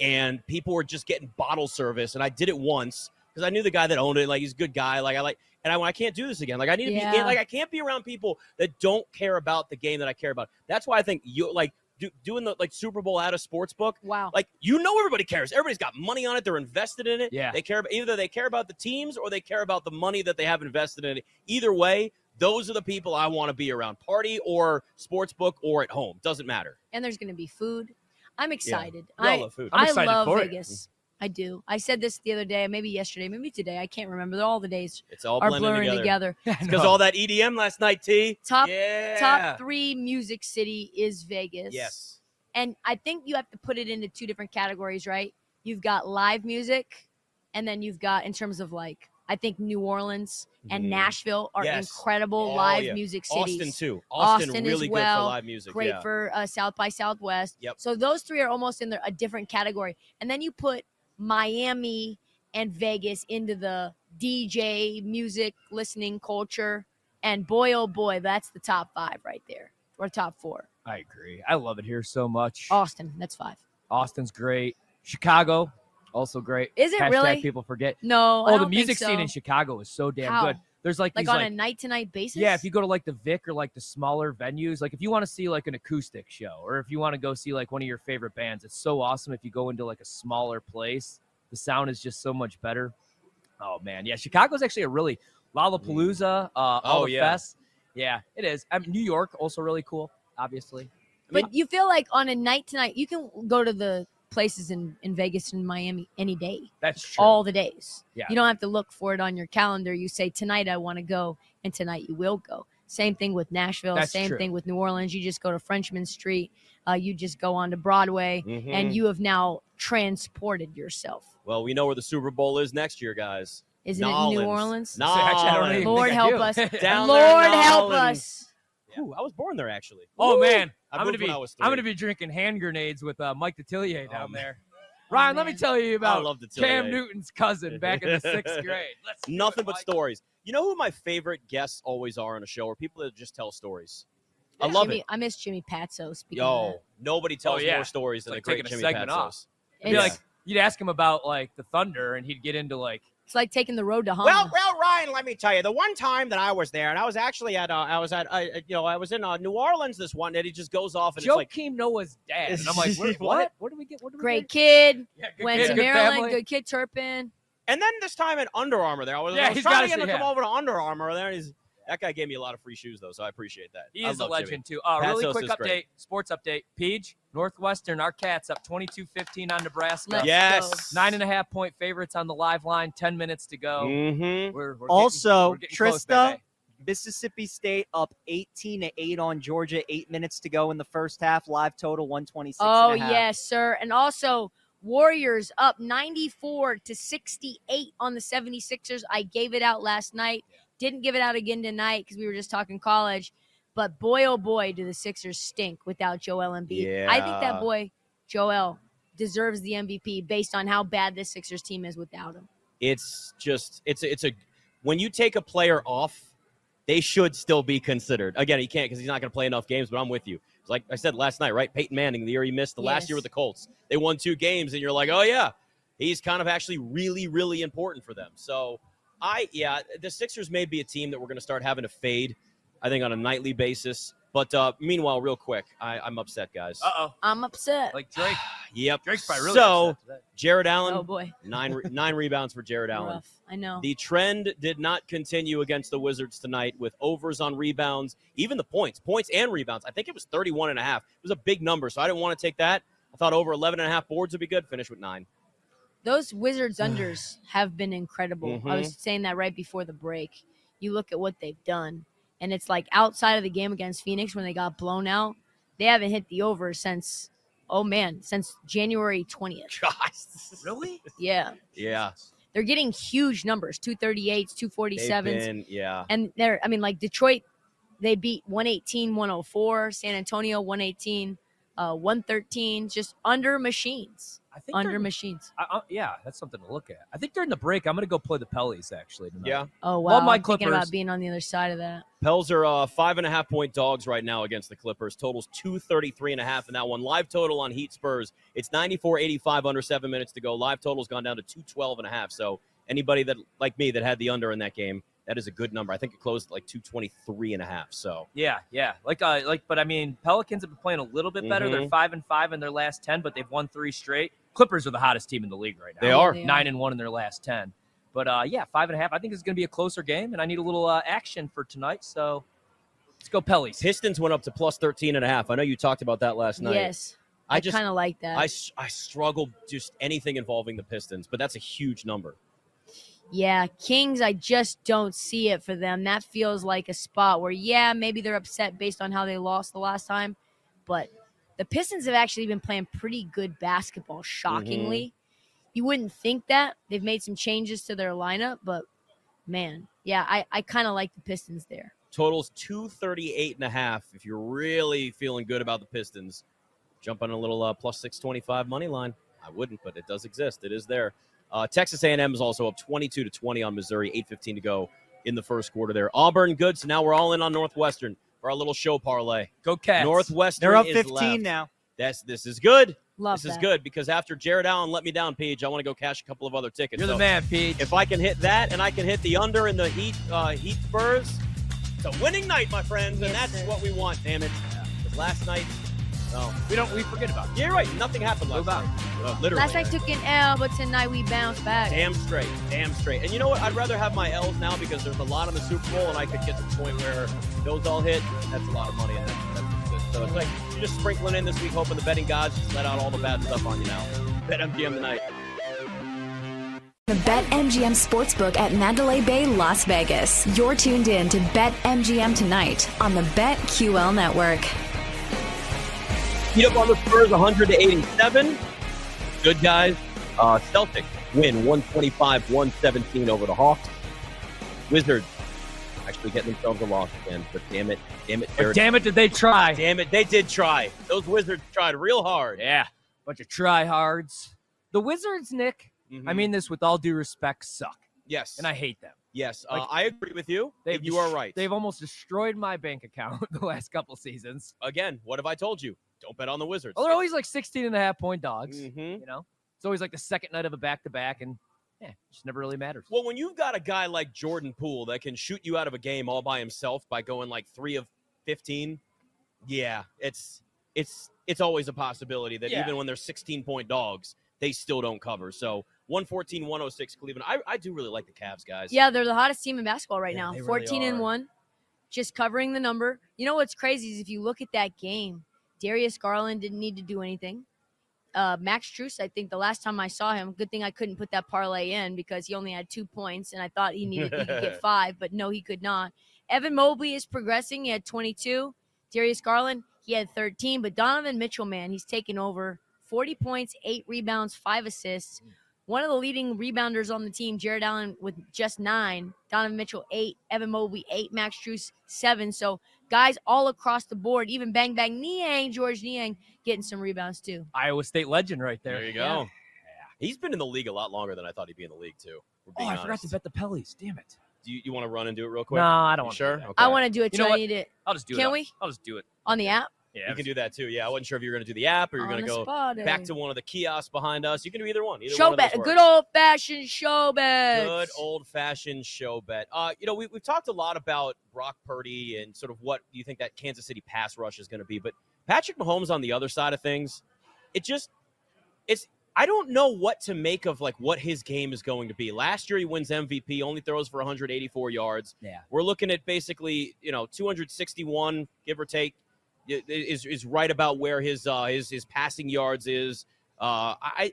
and people were just getting bottle service. And I did it once because I knew the guy that owned it. Like he's a good guy. Like I like, and I, I can't do this again. Like I need to be Yeah. like I can't be around people that don't care about the game that I care about. That's why I think you like do, doing the like Super Bowl at a sports book. Wow. Like you know, everybody cares. Everybody's got money on it. They're invested in it. Yeah. they care. about Either they care about the teams or they care about the money that they have invested in it. Either way, those are the people I want to be around: party or sports book or at home. Doesn't matter. and there's going to be food. I'm excited. We all I, love food. I'm I excited love for it. Vegas. I do. I said this the other day, maybe yesterday, maybe today. I can't remember. All the days It's all are blending blurring together. together. Because all that EDM last night, T. Top yeah. top three music city is Vegas. Yes. And I think you have to put it into two different categories, right? You've got live music, and then you've got in terms of like I think New Orleans Mhm. and Nashville are Yes. incredible Oh, live yeah. music cities. Austin too. Austin, Austin as really good well. for live music. great yeah. for uh, South by Southwest. Yep. So those three are almost in the, a different category. And then you put Miami and Vegas into the DJ music listening culture, and boy oh boy, that's the top five right there or top four. I agree. I love it here so much. Austin, that's five. Austin's great. Chicago, also great. Is it Hashtag really? People forget. No, I Oh, the don't think music scene so. in Chicago is so damn How? good. There's like like these on like a night to night basis. yeah, if you go to like the Vic or like the smaller venues, like if you want to see like an acoustic show or if you want to go see like one of your favorite bands, it's so awesome if you go into like a smaller place. The sound is just so much better. Oh man, yeah, Chicago's actually a really Lollapalooza, uh, all Mm. Oh, the yeah. fest. Yeah, it is. I mean, New York also really cool, obviously. but you feel like on a night to night, you can go to the places in in Vegas and Miami any day. That's true. all the days. Yeah. You don't have to look for it on your calendar. You say tonight I want to go, and tonight you will go. Same thing with Nashville. That's same true. thing with New Orleans. You just go to Frenchman Street. Uh, you just go on to Broadway, Mhm. Mm-hmm. and you have now transported yourself. well, we know where the Super Bowl is next year, guys. Isn't it Nolens. New Orleans? So actually, I don't Nolens. even Lord think I help do. *laughs* us. Down there, Lord help Nolens. us. Ooh, I was born there actually. Oh Ooh. man, I I'm gonna moved be when I I'm was gonna three. be drinking hand grenades with uh, Mike Detillier Oh, down man. there. Ryan, let me man. tell you I about love the Cam Newton's cousin back *laughs* in the sixth grade. Let's do it, Nothing but Mike. stories. You know who my favorite guests always are on a show are people that just tell stories. I Yeah, love Jimmy- it. I miss Jimmy Patso. Speaking of Yo, nobody tells Oh, yeah. more stories than like the great taking a Jimmy segment Patsos. off. that. Be Yeah. it's, like, you'd ask him about like the Thunder, and he'd get into like, it's like taking the road to home. *laughs* Well, well, Ryan, let me tell you, the one time that I was there, and I was actually at, uh, I was at, uh, you know, I was in uh, New Orleans this one, and he just goes off, and Joakim it's like, Noah's dad, and I'm *laughs* like, what? what? What? What do we get? What do we great Get? kid. Yeah, good Went kid, to good Maryland. family. Good kid Turpin. and then this time at Under Armour there, I was, Yeah, I was he's trying gotta to get him say- to come yeah. over to Under Armour, there, and he's, that guy gave me a lot of free shoes though, so I appreciate that. He I is a love Jimmy. legend too. Uh, really Patsos quick is update, great. sports update. Peach, Northwestern, our cats up 22-15 on Nebraska. Let's Yes, Nine and a half point favorites on the live line. Ten minutes to go. Mm-hmm. We're, we're Also, getting, we're getting close, Trista, Pepe. Mississippi State up 18 to 8 on Georgia, eight minutes to go in the first half. Live total 126. Oh yes, sir. And also Warriors up 94 to 68 on the 76ers. I gave it out last night. Didn't give it out again tonight because we were just talking college. But boy, oh boy, do the Sixers stink without Joel Embiid. I think Yeah. that boy, Joel, deserves the MVP based on how bad this Sixers team is without him. it's just it's a- it's a when you take a player off, they should still be considered. Again, he can't because he's not going to play enough games. But I'm with you. It's Like I said last night, right? Peyton Manning, the year he missed the last year Yes. with the Colts, they won two games, and you're like, oh yeah, he's kind of actually really really important for them. So I yeah, the Sixers may be a team that we're going to start having to fade. I think on a nightly basis. But uh, meanwhile, real quick, I, I'm upset, guys. Uh-oh. I'm upset. Like Drake. Yep. Uh, Drake's probably really so upset today. Jared oh Allen, boy, nine re- nine rebounds *laughs* for Jared Allen. rough. I know. The trend did not continue against the Wizards tonight with overs on rebounds, even the points, points and rebounds. I think it was 31 and a half. It was a big number, so I didn't want to take that. I thought over 11 and a half boards would be good. Finish with nine. those *sighs* Wizards unders have been incredible. I Mhm. Mm-hmm. was saying that right before the break. You look at what they've done, and it's like outside of the game against Phoenix when they got blown out, they haven't hit the over since oh man, since January 20th. Gosh. Really? Yeah. Yeah. They're getting huge numbers, 238s, they've 247s. been- yeah. And they're oh I mean like Detroit they beat 118 104, San Antonio 118 uh, 113, just under machines. I think Under during- machines. I, I, yeah, that's something to look at. I think during the break, I'm going to go play the Pellies actually tonight. Yeah. Oh wow! Love my I'm thinking Clippers. about being on the other side of that. Pels are uh, five and a half point dogs right now against the Clippers. Totals 233 and a half in that one. Live total on Heat Spurs. It's 94 85 under seven minutes to go. Live total's gone down to 212 and a half. So anybody that, like me, that had the under in that game, that is a good number. I think it closed at like 223 and a half. So Yeah, yeah. Like, uh, like, but I mean, Pelicans have been playing a little bit better. Mm-hmm. They're five and five in their last ten, but they've won three straight. Clippers are the hottest team in the league right now. They are. They nine and one in their last ten. But uh, yeah, five and a half. I think it's going to be a closer game, and I need a little uh, action for tonight. So let's go Pellies. Pistons went up to plus 13 and a half. I know you talked about that last night. Yes, I, I just, kind of like that. I, s- I struggle just anything involving the Pistons, but that's a huge number. Yeah, Kings, I just don't see it for them. That feels like a spot where, yeah, maybe they're upset based on how they lost the last time, but the Pistons have actually been playing pretty good basketball, shockingly. Mm-hmm. You wouldn't think that. They've made some changes to their lineup, but man, yeah, I, I kind of like the Pistons there. Totals 238 and a half. If you're really feeling good about the Pistons, jump on a little uh, plus 625 money line. I wouldn't, but it does exist. It is there. Uh, Texas A&M is also up 22 to 20 on Missouri. 8:15 to go in the first quarter. There, Auburn good. So now we're all in on Northwestern for our little show parlay. Go Cats. Northwestern They're up is 15 left. now. That's this is good. Love this is that. good because after Jared Allen let me down, Paige, I want to go cash a couple of other tickets. You're So the man, Pete. If I can hit that and I can hit the under in the Heat uh, Heat Spurs, it's a winning night, my friends, and Yes, that's sir. what we want. Damn it! 'Cause Last night, no, we don't, we forget about. you're right. Nothing happened last Move out. night. Uh, literally, Last night took an L, but tonight we bounce back. damn straight, damn straight. And you know what? I'd rather have my L's now because there's a lot in the Super Bowl, and I could get to the point where those all hit. That's a lot of money, and that's, that's good. So it's like you're just sprinkling in this week, hoping the betting gods just let out all the bad stuff on you now. Bet MGM tonight. The BetMGM Sportsbook at Mandalay Bay, Las Vegas. You're tuned in to BetMGM Tonight on the BetQL Network. Heat up on the Spurs 100 to 87. Good guys. Uh, Celtics win 125 117 over the Hawks. Wizards actually getting themselves a loss again, but damn it. Damn it. Jared. Damn it, did they try? Damn it. They did try. Those Wizards tried real hard. Yeah, bunch of tryhards. The Wizards, Nick. Mhm. I mean this with all due respect, suck, yes. and I hate them. yes. Uh, like- I agree with you. They've you are dest- right. They've almost destroyed my bank account *laughs* the last couple seasons. Again, what have I told you? Don't bet on the Wizards. Well, they're always like 16 and a half point dogs. Mhm. You know, it's always like the second night of a back to back, and yeah, it just never really matters. Well, when you've got a guy like Jordan Poole that can shoot you out of a game all by himself by going like three of fifteen, yeah, it's it's it's always a possibility that Yeah. even when they're sixteen point dogs, they still don't cover. So 114-106 Cleveland. I, I do really like the Cavs guys. Yeah, they're the hottest team in basketball right Yeah, now. they really 14 are. and 1. Just covering the number. You know what's crazy is if you look at that game, Darius Garland didn't need to do anything. Uh, Max Struess, I think the last time I saw him, good thing I couldn't put that parlay in because he only had two points and I thought he needed he could get five, but no, he could not. Evan Mobley is progressing. He had 22. Darius Garland, he had 13. But Donovan Mitchell, man, he's taken over 40 points, eight rebounds, five assists. One of the leading rebounders on the team, Jared Allen, with just nine. Donovan Mitchell, eight. Evan Mobley, eight. Max Struess, seven. So guys all across the board, even Bang Bang Niang, George Niang, getting some rebounds too. Iowa State legend right there. there you go. Yeah. He's been in the league a lot longer than I thought he'd be in the league too. if we're Oh, being I forgot to honest. bet the Pellies. Damn it. Do you, you want to run and do it real quick? No, I don't You want sure? to. Okay. I want to do it You too. know I what? need it I'll just do it. Can on- we? I'll just do it. on the app. Yeah. You can do that too. Yeah, I wasn't sure if you were going to do the app or you're on going to the go spot, back eh? to one of the kiosks behind us. You can do either one. Either one show of those bet. A works. good old fashioned show bet. Good old fashioned show bet. Uh, you know, we, we've talked a lot about Brock Purdy and sort of what you think that Kansas City pass rush is going to be, but Patrick Mahomes on the other side of things, it just, it's, I don't know what to make of like what his game is going to be. Last year he wins MVP, only throws for 184 yards. Yeah. We're looking at basically, you know, 261, give or take, i- i- is is right about where his uh his his passing yards is. Uh I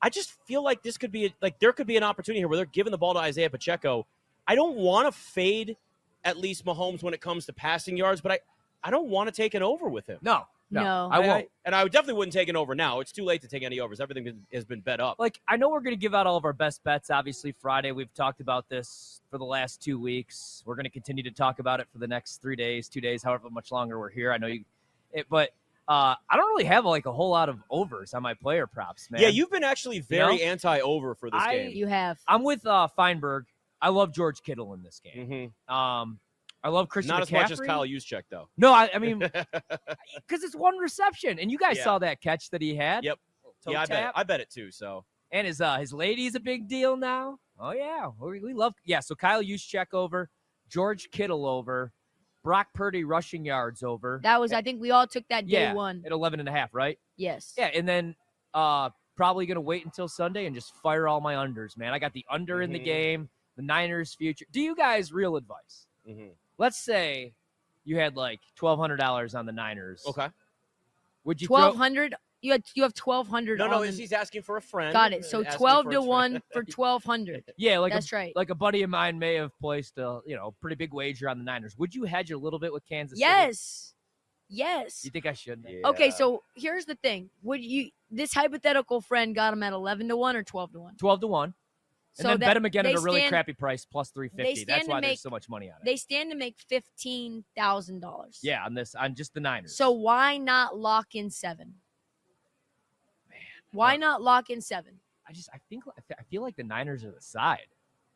I just feel like this could be like there could be an opportunity here where they're giving the ball to Isaiah Pacheco. I don't want to fade at least Mahomes when it comes to passing yards, but I I don't want to take an over with him. No. No. No. I And won't. and I definitely wouldn't take an over now. It's too late to take any overs. Everything has been bet up. Like, I know we're going to give out all of our best bets, obviously, Friday. We've talked about this for the last two weeks. We're going to continue to talk about it for the next three days, two days, however much longer we're here. I know you, it, but Uh, I don't really have like a whole lot of overs on my player props, man. Yeah, you've been actually very know? anti over for this I- game. You have. I'm with uh, Feinberg. I love George Kittle in this game. Mhm. Um, I love Christian. Not as much as McCaffrey. Kyle Juszczyk, *laughs* though. No, I, I *laughs* mean, because it's one reception, and you guys Yeah. saw that catch that he had. Yep. Toe yeah, I bet, tap. I bet it too. So And his uh his lady's a big deal now. Oh yeah, we, we love yeah. So Kyle Juszczyk over, George Kittle over, Brock Purdy rushing yards over That was, I think we all took that day Yeah. one. at 11 and a half, right? Yes. Yeah, and then uh probably gonna wait until Sunday and just fire all my unders, man. I got the under in the Mhm. game, the Niners future. Do you guys real advice? mhm. Let's say you had like twelve hundred dollars on the Niners. okay. Would you Twelve throw? hundred. You had you have twelve hundred. No, no, is he's asking for a friend. got it. uh, So asking twelve for a to friend. *laughs* one for twelve hundred. Yeah, like a That's right. like a buddy of mine may have placed a you know pretty big wager on the Niners. Would you hedge a little bit with Kansas? City? Yes. Yes. You think I should? then? Okay, Yeah. so here's the thing. Would you this hypothetical friend got him at eleven to one or twelve to one? Twelve to one, and So then bet that them again at they a really stand- crappy price, plus three fifty. stand That's to why make- there's so much money on it. they stand to make fifteen thousand dollars. yeah, on this, on just the Niners. So why not lock in seven? Why not lock in seven? I just I think I fe- I feel like the Niners are the side.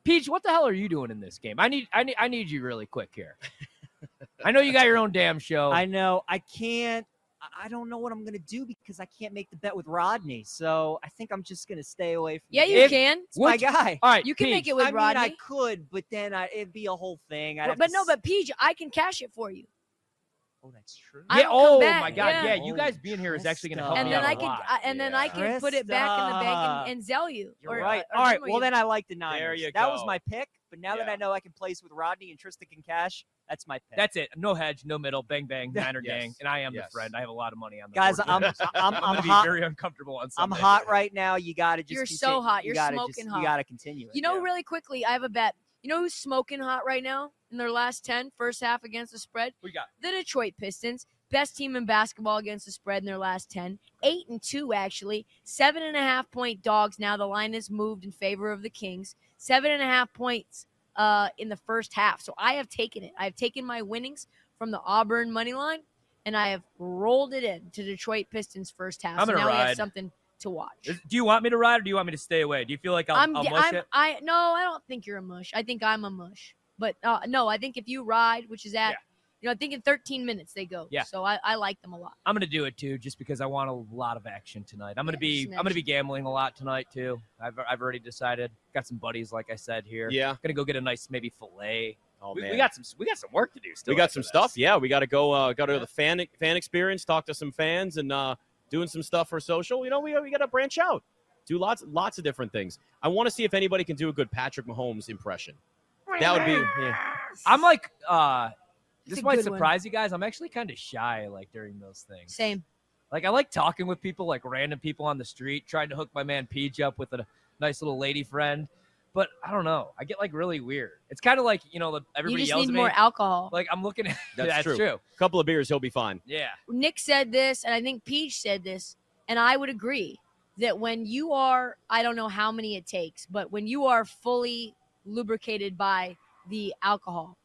Peach, what the hell are you doing in this game? I need I need I need you really quick *laughs* here. I know you got your own damn show. I know I can't. I- I don't know what I'm gonna do because I can't make the bet with Rodney. So I think I'm just gonna stay away from. Yeah, the you bet. If- can. It's my Would- guy. All right, You can make Peach, it with I mean, Rodney. I could, but then I, it'd be a whole thing. I'd But- have but to no, s- but Peach, I can cash it for you. oh, that's true. I Yeah. don't come Oh back, my God. Yeah. yeah. You guys being here is actually going Oh, to help and me then out I a can, lot. I, and then I can put it back in the bank Krista. and, and sell you. You're or- right. or- or All right. Jimmer, Well, you- then I like the Niners. you that was go. my pick. But now that Yeah. I know I can place with Rodney and Trista can cash, that's my pick. That's it. No hedge, no middle. Bang bang. Niner Yes. gang. And I am the Yes. friend. I have a lot of money on the guys. board. *laughs* I'm I'm, I'm, I'm, gonna hot. be very uncomfortable on I'm Sunday. hot right now. You gotta just. You're so continue- hot. you You're gotta smoking just- hot. You gotta continue. It. You know, Yeah. really quickly, I have a bet. You know who's smoking hot right now in their last 10, first half against the spread? We got The Detroit Pistons, best team in basketball against the spread in their last 10. Eight and two, actually. Seven and a half point dogs now. The line has moved in favor of the Kings. Seven and a half points uh, in the first half. So I have taken it. I've taken my winnings from the Auburn money line and I have rolled it in to Detroit Pistons first half. I'm so gonna now we ride. have something to watch. Is- Do you want me to ride or do you want me to stay away? Do you feel like I'll, I'm, I'll d- mush I'm it? I no, I don't think you're a mush. I think I'm a mush. But uh, no, I think if you ride, which is at, Yeah. you know, I think in 13 minutes they go. Yeah. So I, I like them a lot. I'm gonna do it too, just because I want a lot of action tonight. I'm gonna Yeah, be some I'm gonna be gambling a lot tonight too. I've I've already decided. Got some buddies, like I said here. Yeah. Gonna go get a nice maybe fillet. Oh we, man. we got some we got some work to do still. we got after some this. stuff. Yeah, we got to go. Uh, got to Yeah. the fan fan experience. Talk to some fans and uh, doing some stuff for social. You know, we we got to branch out. Do lots lots of different things. I want to see if anybody can do a good Patrick Mahomes impression. *laughs* That would be. yeah. I'm like uh It's this a might good one. surprise you guys. I'm actually kind of shy like during those things. Same. Like I like talking with people, like random people on the street, trying to hook my man Peach up with a nice little lady friend. But I don't know. I get like really weird. It's kind of like you know, the, everybody you just yells need at me. more alcohol. like I'm looking at *laughs* That's true. A couple of beers, he'll be fine. Yeah, Nick said this, and I think Peach said this, and I would agree that when you are, I don't know how many it takes, but when you are fully lubricated by the alcohol,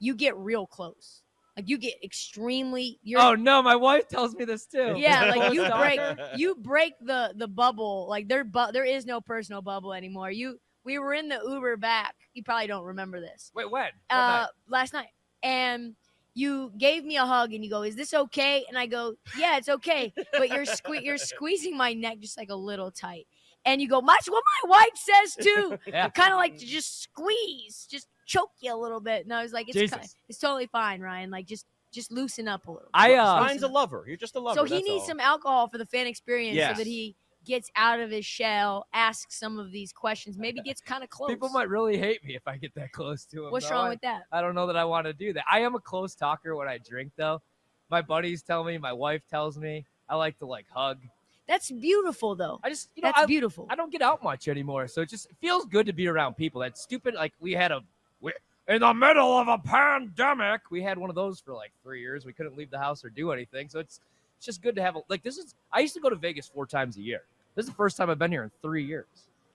you get real close. Like you get extremely. You're, oh no, my wife tells me this *laughs* too. Yeah, like you Stop. break you break the the bubble. Like there bu- there is no personal bubble anymore. You we were in the Uber back. You probably don't remember this. Wait, when? What Uh night? last night. And you gave me a hug and you go, "Is this okay?" And I go, "Yeah, it's okay." But you're *laughs* sque- you're squeezing my neck just like a little tight. And you go, "That's what my wife says *laughs* too." Yeah. Kind of like to just squeeze, just choke you a little bit. And I was like, "It's Jesus. ki- it's totally fine, Ryan. Like just just loosen up a little." I uh, Ryan's a lover. You're just a lover. So he that's needs all. some alcohol for the fan experience Yes. so that he gets out of his shell, asks some of these questions, maybe *laughs* gets kind of close. people might really hate me if I get that close to him. What's though. wrong I- with that? I don't know that I want to do that. I am a close talker when I drink though. My buddies tell me, my wife tells me, I like to like hug. That's beautiful, though. I just you know That's I, beautiful. I don't get out much anymore, so it just it feels good to be around people. That stupid, like we had a we, in the middle of a pandemic, we had one of those for like three years. We couldn't leave the house or do anything, so it's it's just good to have a like this is. I used to go to Vegas four times a year. This is the first time I've been here in three years.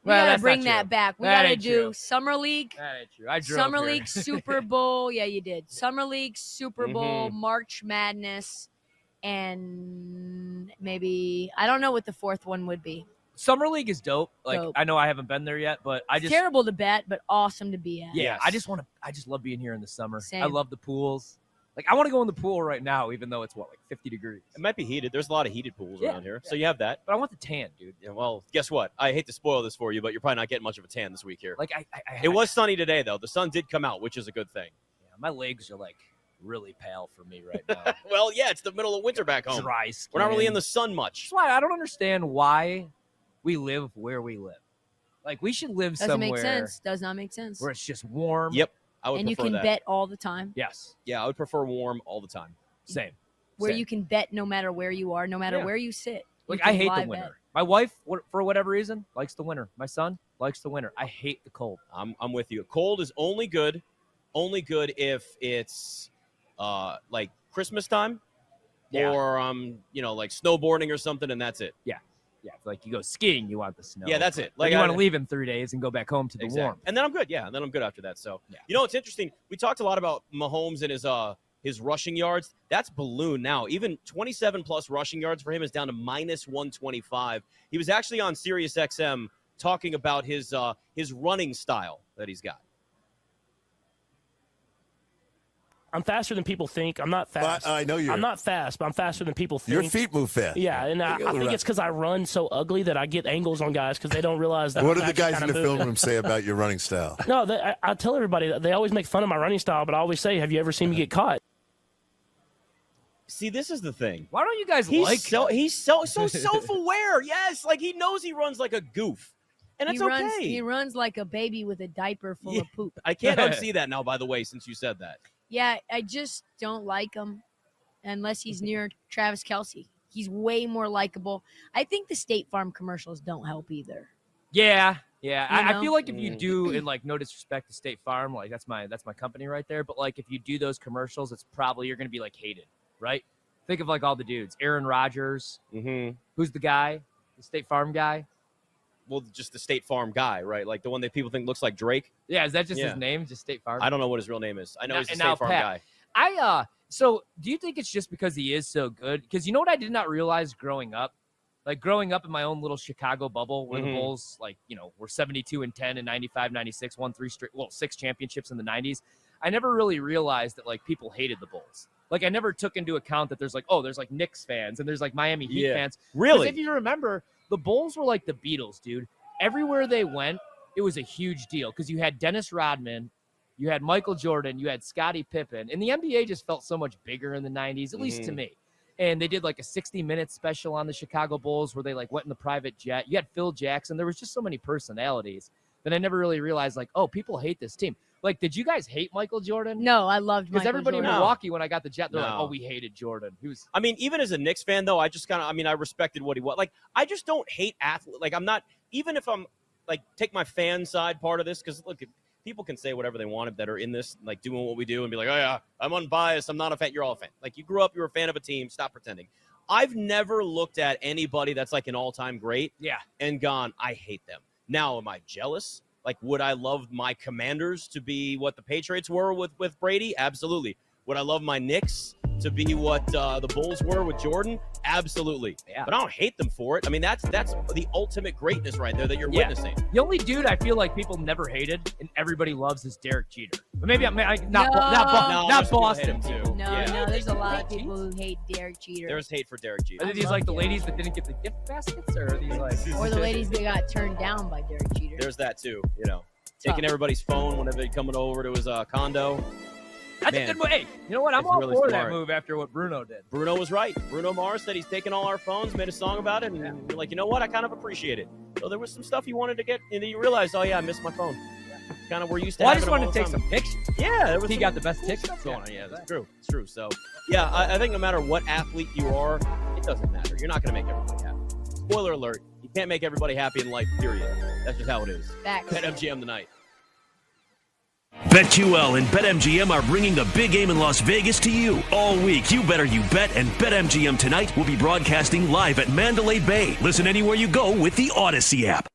we Well, gotta that's not bring true. that back. We That gotta ain't do true. summer league, That ain't true. I drove summer here. *laughs* league, Super Bowl. Mm-hmm. Yeah, you did. Summer league, Super Bowl, March Madness, and maybe I don't know what the fourth one would be. Summer league is dope. Like Dope. I know I haven't been there yet, but I It's just terrible to bet, but awesome to be at. yeah, Yes. I just want to. I just love being here in the summer. I Same. love the pools. Like I want to go in the pool right now, even though it's what like 50 degrees. It might be heated. There's a lot of heated pools Yeah, around here, so you have that. But I want the tan, dude. Yeah, well, guess what? I hate to spoil this for you, but you're probably not getting much of a tan this week here. Like I, I, I It was sunny today, though. The sun did come out, which is a good thing. yeah, my legs are like really pale for me right *laughs* now. Well, yeah, it's the middle of winter back home. Dry skin. We're not really in the sun much. That's why I don't understand why we live where we live. Like we should live Doesn't somewhere make sense. Does not make sense. where it's just warm. Yep. I would And you prefer can that. bet all the time. Yes. Yeah, I would prefer warm all the time. Same. Where Same. you can bet no matter where you are, no matter Yeah. where you sit. You Like I can hate the live winter. bet. My wife, wh- for whatever reason, likes the winter. My son likes the winter. I hate the cold. I'm, I'm with you. Cold is only good, only good if it's uh like Christmas time Yeah. or um you know like snowboarding or something, and that's it. Yeah, if, like you go skiing, you want the snow. Yeah, that's it. Like Like you I- want to leave in three days and go back home to the Exact- warm. And then I'm good. Yeah, and then I'm good after that. So Yeah. you know, it's interesting. We talked a lot about Mahomes and his uh his rushing yards. That's balloon now. Even 27 plus rushing yards for him is down to minus 125. He was actually on Sirius XM talking about his uh his running style that he's got. I'm faster than people think. I'm not fast. I know you I'm are. not fast, but I'm faster than people think. Your feet move fast. Yeah, and I, I think it's because I run so ugly that I get angles on guys because they don't realize that. I'm What do the actually guys in kinda the film moving. room say about your running style? No, they, I, I tell everybody that they always make fun of my running style, but I always say, "Have you ever seen me get caught?" See, this is the thing. Why don't you guys He's like so he's *laughs* so so self-aware. yes, like he knows he runs like a goof. And it's he runs, okay. He runs like a baby with a diaper full Yeah. of poop. *laughs* I can't unsee that now by the way since you said that. Yeah, I just don't like him unless he's near Travis Kelsey. He's way more likable. I think the State Farm commercials don't help either. Yeah, yeah. You I, I know? feel like if you Mm. do, and like no disrespect to State Farm, like that's my that's my company right there. But like if you do those commercials, it's probably you're gonna be like hated, right? Think of like all the dudes: Aaron Rodgers, Mm-hmm. who's the guy, the State Farm guy. Well, just the State Farm guy, right? Like the one that people think looks like Drake. Yeah, is that just Yeah. his name? Just State Farm. I don't know what his real name is. I know Now- he's a and State now Farm Pat. guy. I uh so do you think it's just because he is so good? Because you know what I did not realize growing up? Like growing up in my own little Chicago bubble where Mhm. the Bulls like, you know, were 72 and 10 and 95, 96, won three straight well, six championships in the 90s. I never really realized that like people hated the Bulls. Like I never took into account that there's like, oh, there's like Knicks fans and there's like Miami Heat Yeah. fans. 'Cause Really? If you remember, the Bulls were like the Beatles, dude. Everywhere they went, it was a huge deal because you had Dennis Rodman, you had Michael Jordan, you had Scottie Pippen, and the NBA just felt so much bigger in the '90s, at least Mm-hmm. to me. And they did like a 60-minute special on the Chicago Bulls where they like went in the private jet. You had Phil Jackson. There was just so many personalities that I never really realized, like, oh, people hate this team. Like, did you guys hate Michael Jordan? No, I loved Because Michael everybody Jordan. in No. Milwaukee, when I got the jet, they're like, No. oh, we hated Jordan. He was I mean, even as a Knicks fan, though, I just kind of, I mean, I respected what he was. Like, I just don't hate athlete. Like, I'm not, even if I'm, like, take my fan side part of this, because look, people can say whatever they want that are in this, like, doing what we do and be like, oh, yeah, I'm unbiased. I'm not a fan. You're all a fan. Like, you grew up, you were a fan of a team. Stop pretending. I've never looked at anybody that's like an all time great Yeah. and gone, I hate them. Now, am I jealous? Like, would I love my commanders to be what the Patriots were with, with Brady? Absolutely. Would I love my Knicks to be what uh, the Bulls were with Jordan? Absolutely. Yeah. But I don't hate them for it. I mean, that's that's the ultimate greatness right there that you're Yeah. witnessing. The only dude I feel like people never hated and everybody loves is Derek Jeter. But maybe I'm I, not No. not, Bo- No, not there's people that hate Boston. him too. No, Yeah. no, there's a lot of Hate people who hate Derek Jeter. There's hate for Derek Are Jeter. these like the ladies that didn't get the gift baskets, or are these like? *laughs* or the ladies that got turned down by Derek Jeter. There's that too. You know, taking everybody's phone whenever they're coming over to his uh, condo. That's Man. a good move. Hey, you know what? I'm It's all really for smart. that move after what Bruno did. Bruno was right. Bruno Mars said he's taking all our phones, made a song about it, and you're like, you know what? I kind of appreciate it. So there was some stuff you wanted to get, and then you realized, oh yeah, I missed my phone. Kind of we're used to. Well, I just having wanted them all to the take time. some pictures. Yeah, there was He some got the best cool tickets stuff going on. Yeah, that's that's true. It's true. So yeah, I, I think no matter what athlete you are, it doesn't matter. You're not going to make everybody happy. Spoiler alert: you can't make everybody happy in life. Period. That's just how it is. Facts. Bet MGM tonight. BetQL and BetMGM are bringing the big game in Las Vegas to you all week. You better you bet and BetMGM tonight will be broadcasting live at Mandalay Bay. Listen anywhere you go with the Odyssey app.